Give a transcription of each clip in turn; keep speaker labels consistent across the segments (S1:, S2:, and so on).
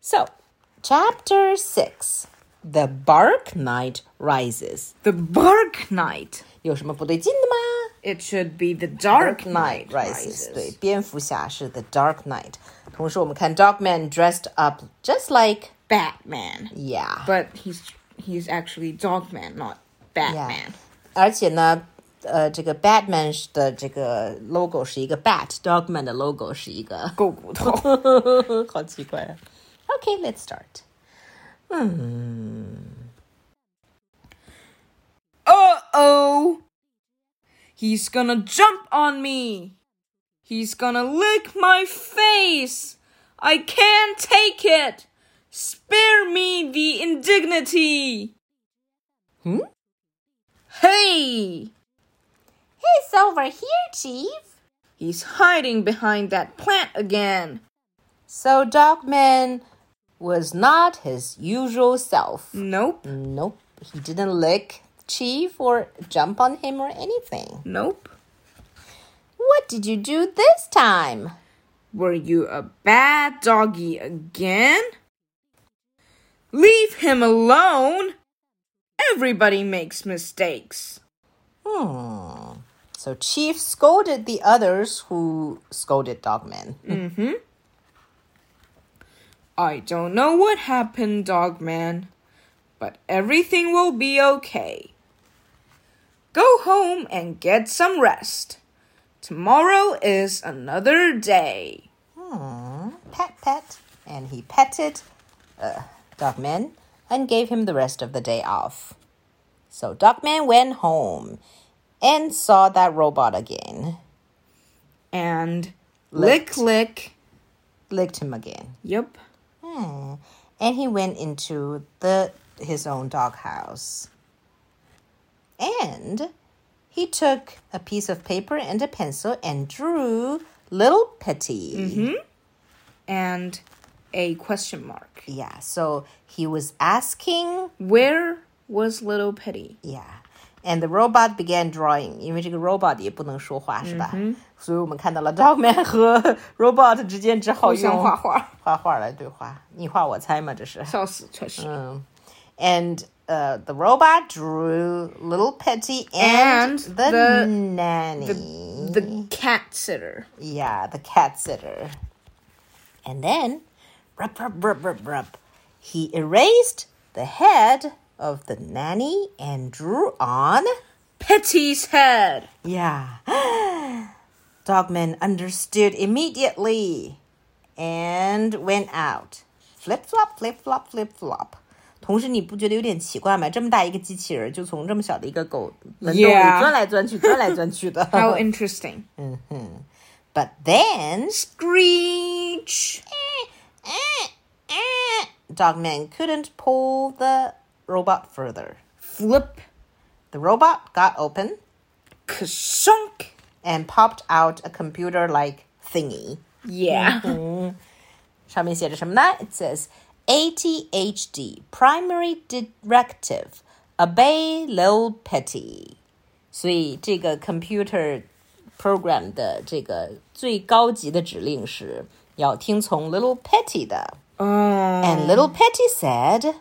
S1: So, Chapter 6 The Bark Night Rises.
S2: The Bark Night.
S1: 有什么不对劲的吗
S2: It should be the Dark Night
S1: Rises.
S2: rises.
S1: 对，蝙蝠侠是 The Dark Knight。同时，我们看 Dogman dressed up just like
S2: Batman.
S1: yeah
S2: But he's he's actually Dogman, not
S1: yeah
S2: Batman.。
S1: 而且呢，呃，这个 Batman 的这个 logo 是一个 bat，Dogman 的 logo 是一个
S2: 狗骨头。
S1: 好奇怪啊。Okay, let's start.
S2: Uh oh! He's gonna jump on me! He's gonna lick my face! I can't take it! Spare me the indignity!
S1: Hmm?
S2: Hey!
S1: He's over here, Chief.
S2: He's hiding behind that plant again!
S1: So Dogman was not his usual self.
S2: Nope,
S1: Nope, he didn't lick Chief or jump on him or anything.
S2: nope.
S1: What did you do this time?
S2: Were you a bad doggy again? Leave him alone! Everybody makes mistakes.
S1: Hmm. So Chief scolded the others who scolded Dogman.
S2: I don't know what happened, Dogman, but everything will be okay. Go home and get some rest. Tomorrow is another day.
S1: Pat, pat. And he petted uh, Dogman and gave him the rest of the day off. So Dogman went home and saw that robot again.
S2: And lick, lick.
S1: licked him again.
S2: Yep.
S1: Hmm. And he went into the his own doghouse. And he took a piece of paper and a pencil and drew little Petty.
S2: Mm-hmm. And a question mark.
S1: Yeah, so he was asking,
S2: Where was Little Petty?
S1: yeah. And the robot began drawing. 因为这个 robot 也不能说话，是吧？所以我们看到了 Dogman 和 robot
S2: 互相画画。
S1: 之间只好用画画来对话。你画我猜吗？这是。
S2: 笑死，确实。
S1: Um, and uh, the robot drew little Petty and,
S2: And
S1: the,
S2: the-
S1: nanny.
S2: The cat sitter.
S1: yeah, the cat sitter. And then, rub, rub, rub, rub, rub, he erased the head of the nanny and drew on.
S2: Petty's head.
S1: Yeah. Dogman understood immediately and went out. Flip flop, flip flop, flip flop. 同时，你不觉得有点奇怪吗？这么大一个机器人，就从这么小的一个狗门洞里
S2: Yeah.
S1: 钻来钻去，钻来钻去的。
S2: How interesting.
S1: But then,
S2: Screech.
S1: Dogman couldn't pull the robot further.
S2: Flip.
S1: The robot got open
S2: Kashunk.
S1: and popped out a computer-like thingy.
S2: Yeah.
S1: 上面写着什么呢？It says ATHD Primary Directive Obey Low Petty。所以这个 computer program 的这个最高级的指令是要听从 Little Petty 的。
S2: Oh.
S1: And Little Petty said,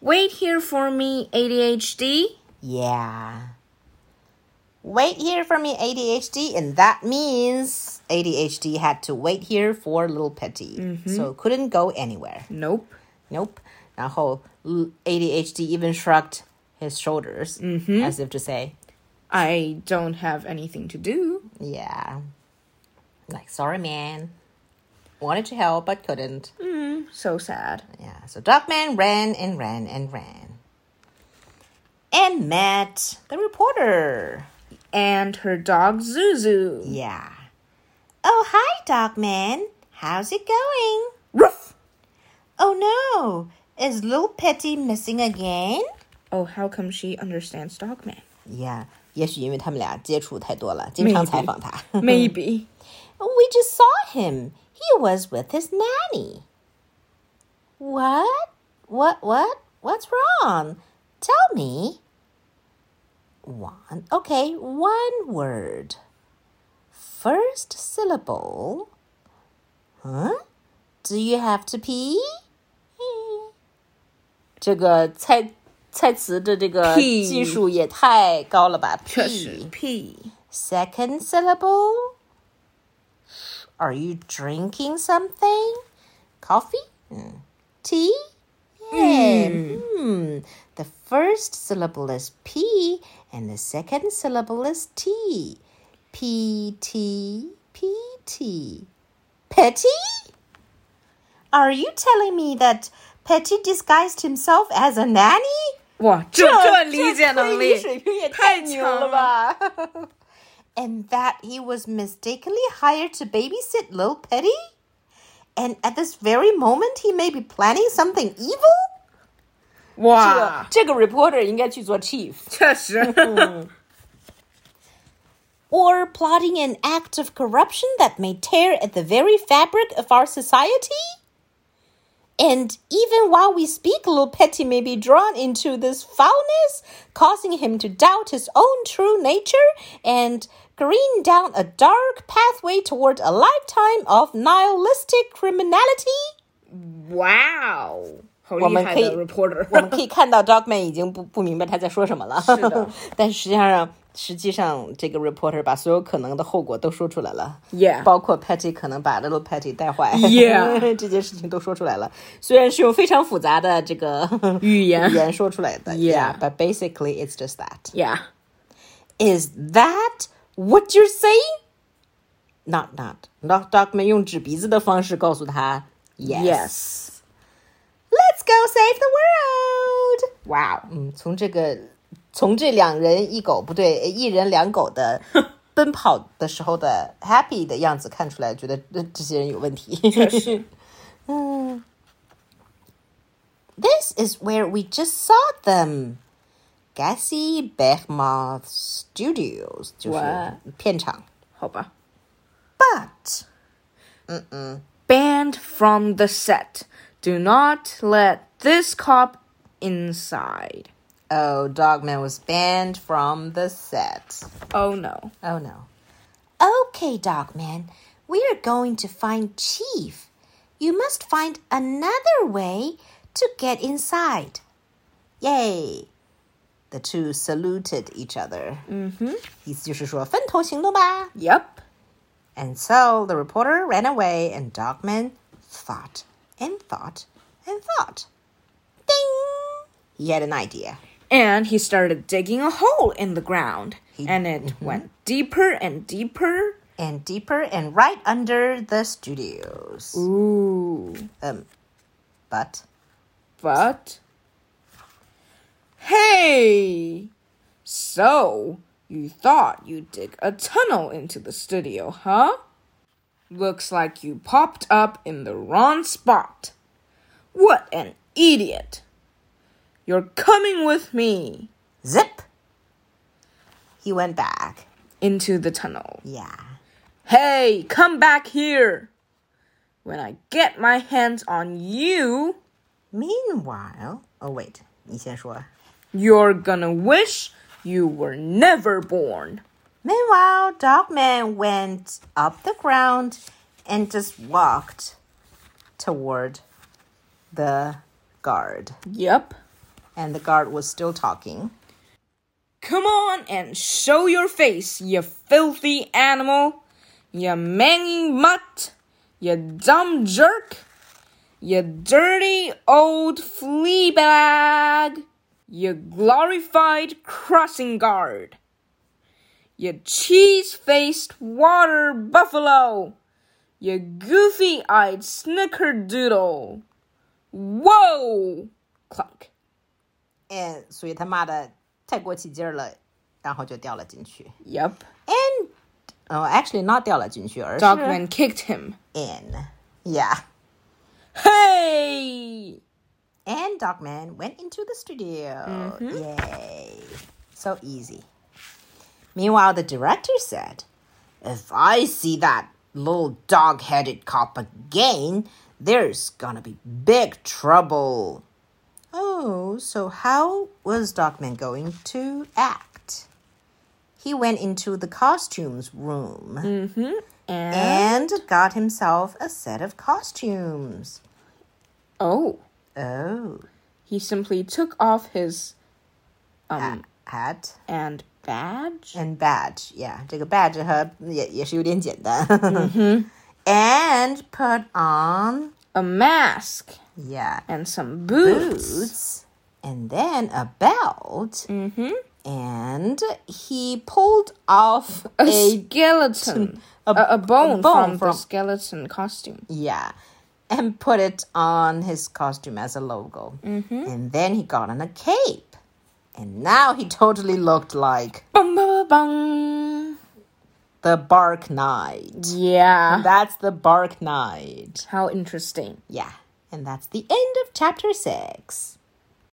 S2: Wait here for me, ADHD.
S1: "Yeah." Wait here for me, ADHD, and that means ADHD had to wait here for Little Petty, so couldn't go anywhere.
S2: Nope.
S1: Nope. 然后 l- ADHD even shrugged his shoulders as if to say,
S2: I don't have anything to do.
S1: yeah. Like, sorry, man. Wanted to help but couldn't.
S2: So sad.
S1: Yeah. So Dogman ran and ran and ran. And met the reporter.
S2: And her dog Zuzu.
S1: Yeah. Oh, hi, Dogman. How's it going?
S2: Ruff.
S1: Oh, no. Is Lil Petty missing again?
S2: Oh, how come she understands Dogman?
S1: Yeah，也许因为他们俩接触太多了，经常
S2: Maybe.
S1: 采访他。
S2: Maybe.
S1: We just saw him. He was with his nanny. What? What? What? What's wrong? Tell me. One. Okay, one word. First syllable. Huh? Do you have to pee? 这个蔡蔡词的这个
S2: 屁
S1: 技术也太高了吧？
S2: 确实
S1: P
S2: P
S1: second syllable. Are you drinking something? Coffee? 嗯，tea? Yeah. Hmm. The first syllable is P and the second syllable is T. P T P T. Petty? Are you telling me that Petty disguised himself as a nanny?
S2: 哇，这这理解能力
S1: 这推理水平也太牛了吧！And that he was mistakenly hired to babysit Lil Petty? And at this very moment, he may be planning something evil?
S2: 哇，
S1: 这个 reporter 应该去做 chief。
S2: 确实
S1: Or plotting an act of corruption that may tear at the very fabric of our society? And even while we speak, Lil Petty may be drawn into this foulness, causing him to doubt his own true nature and careen down a dark pathway toward a lifetime of nihilistic criminality.
S2: 哇哦，好厉害
S1: 我们可以-
S2: 的 reporter，
S1: 我们可以看到 Dogman 已经不不明白他在说什么了。是
S2: 的，
S1: 但实际上，实际上这个 reporter 把所有可能的后果都说出来了
S2: Yeah
S1: 包括 Patty 可能把 Little Patty 带坏
S2: Yeah
S1: 这件事情都说出来了。虽然是用非常复杂的这个
S2: 语 言
S1: 语言说出来的
S2: Yeah
S1: but basically it's just that.
S2: Yeah.
S1: Is that what you're saying? Not, not. Doc Dogman 用指鼻子的方式告诉他
S2: Yes.
S1: Let's go save the world！哇、哦，嗯，从这个，从这两人一狗不对，一人两狗的奔跑的时候的 happy 的样子看出来，觉得呃这些人有问题。This is where we just saw them. Gassy Behemoth Studios 就是
S2: What？
S1: 片场。
S2: 好吧。
S1: But
S2: Banned from the set. Do not let this cop inside.
S1: oh, Dogman was banned from the set.
S2: Oh no.
S1: Oh no. Okay, Dogman. We are going to find Chief. You must find another way to get inside. Yay! The two saluted each other. Mm-hmm.
S2: Yep.
S1: And so the reporter ran away, and Dogman thought and thought and thought. Ding! He had an idea.
S2: And he started digging a hole in the ground. and it went deeper and deeper.
S1: And deeper and right under the studios.
S2: Ooh.
S1: Um, but.
S2: But. Hey! So, you thought you'd dig a tunnel into the studio, huh? Looks like you popped up in the wrong spot. What an idiot! You're coming with me
S1: Zip! He went back.
S2: into the tunnel.
S1: Yeah.
S2: Hey, come back here! When I get my hands on you,
S1: Meanwhile, oh wait, 你先说.
S2: you're gonna wish you were never born.
S1: Meanwhile, Dogman went up the ground and just walked toward the guard.
S2: Yep.
S1: And the guard was still talking.
S2: Come on and show your face, you filthy animal, you mangy mutt, you dumb jerk, you dirty old flea bag, you glorified crossing guard, you cheese faced water buffalo, you goofy eyed snickerdoodle. Whoa! Clunk.
S1: And 所以他骂的太过起劲儿了，然后就掉了进去。
S2: Yep.
S1: And oh, actually not 掉了进去，而是
S2: Dogman kicked him.
S1: in. Yeah.
S2: Hey!
S1: And Dogman went into the studio. Yay. So easy. Meanwhile, the director said, If I see that little dog headed cop again, there's gonna be big trouble. Oh, so how was Dogman going to act? He went into the costumes room
S2: And
S1: and got himself a set of costumes.
S2: oh,
S1: Oh.
S2: He simply took off his
S1: a- hat
S2: and badge.
S1: and badge. Yeah, 这个 badge 和也也是有点简单。And put on
S2: a mask
S1: yeah
S2: and some boots.
S1: boots and then a belt. And he pulled off
S2: A,
S1: a
S2: skeleton. A, a
S1: bone
S2: bone, from, the
S1: from-
S2: skeleton costume.
S1: Yeah. And put it on his costume as a logo. Mm-hmm. And then he got on a cape. And now he totally looked like
S2: Bum, bum, bum,
S1: the Bark Knight.
S2: bum. Yeah.
S1: That's the Bark Knight.
S2: How interesting.
S1: Yeah. And that's the end of chapter six.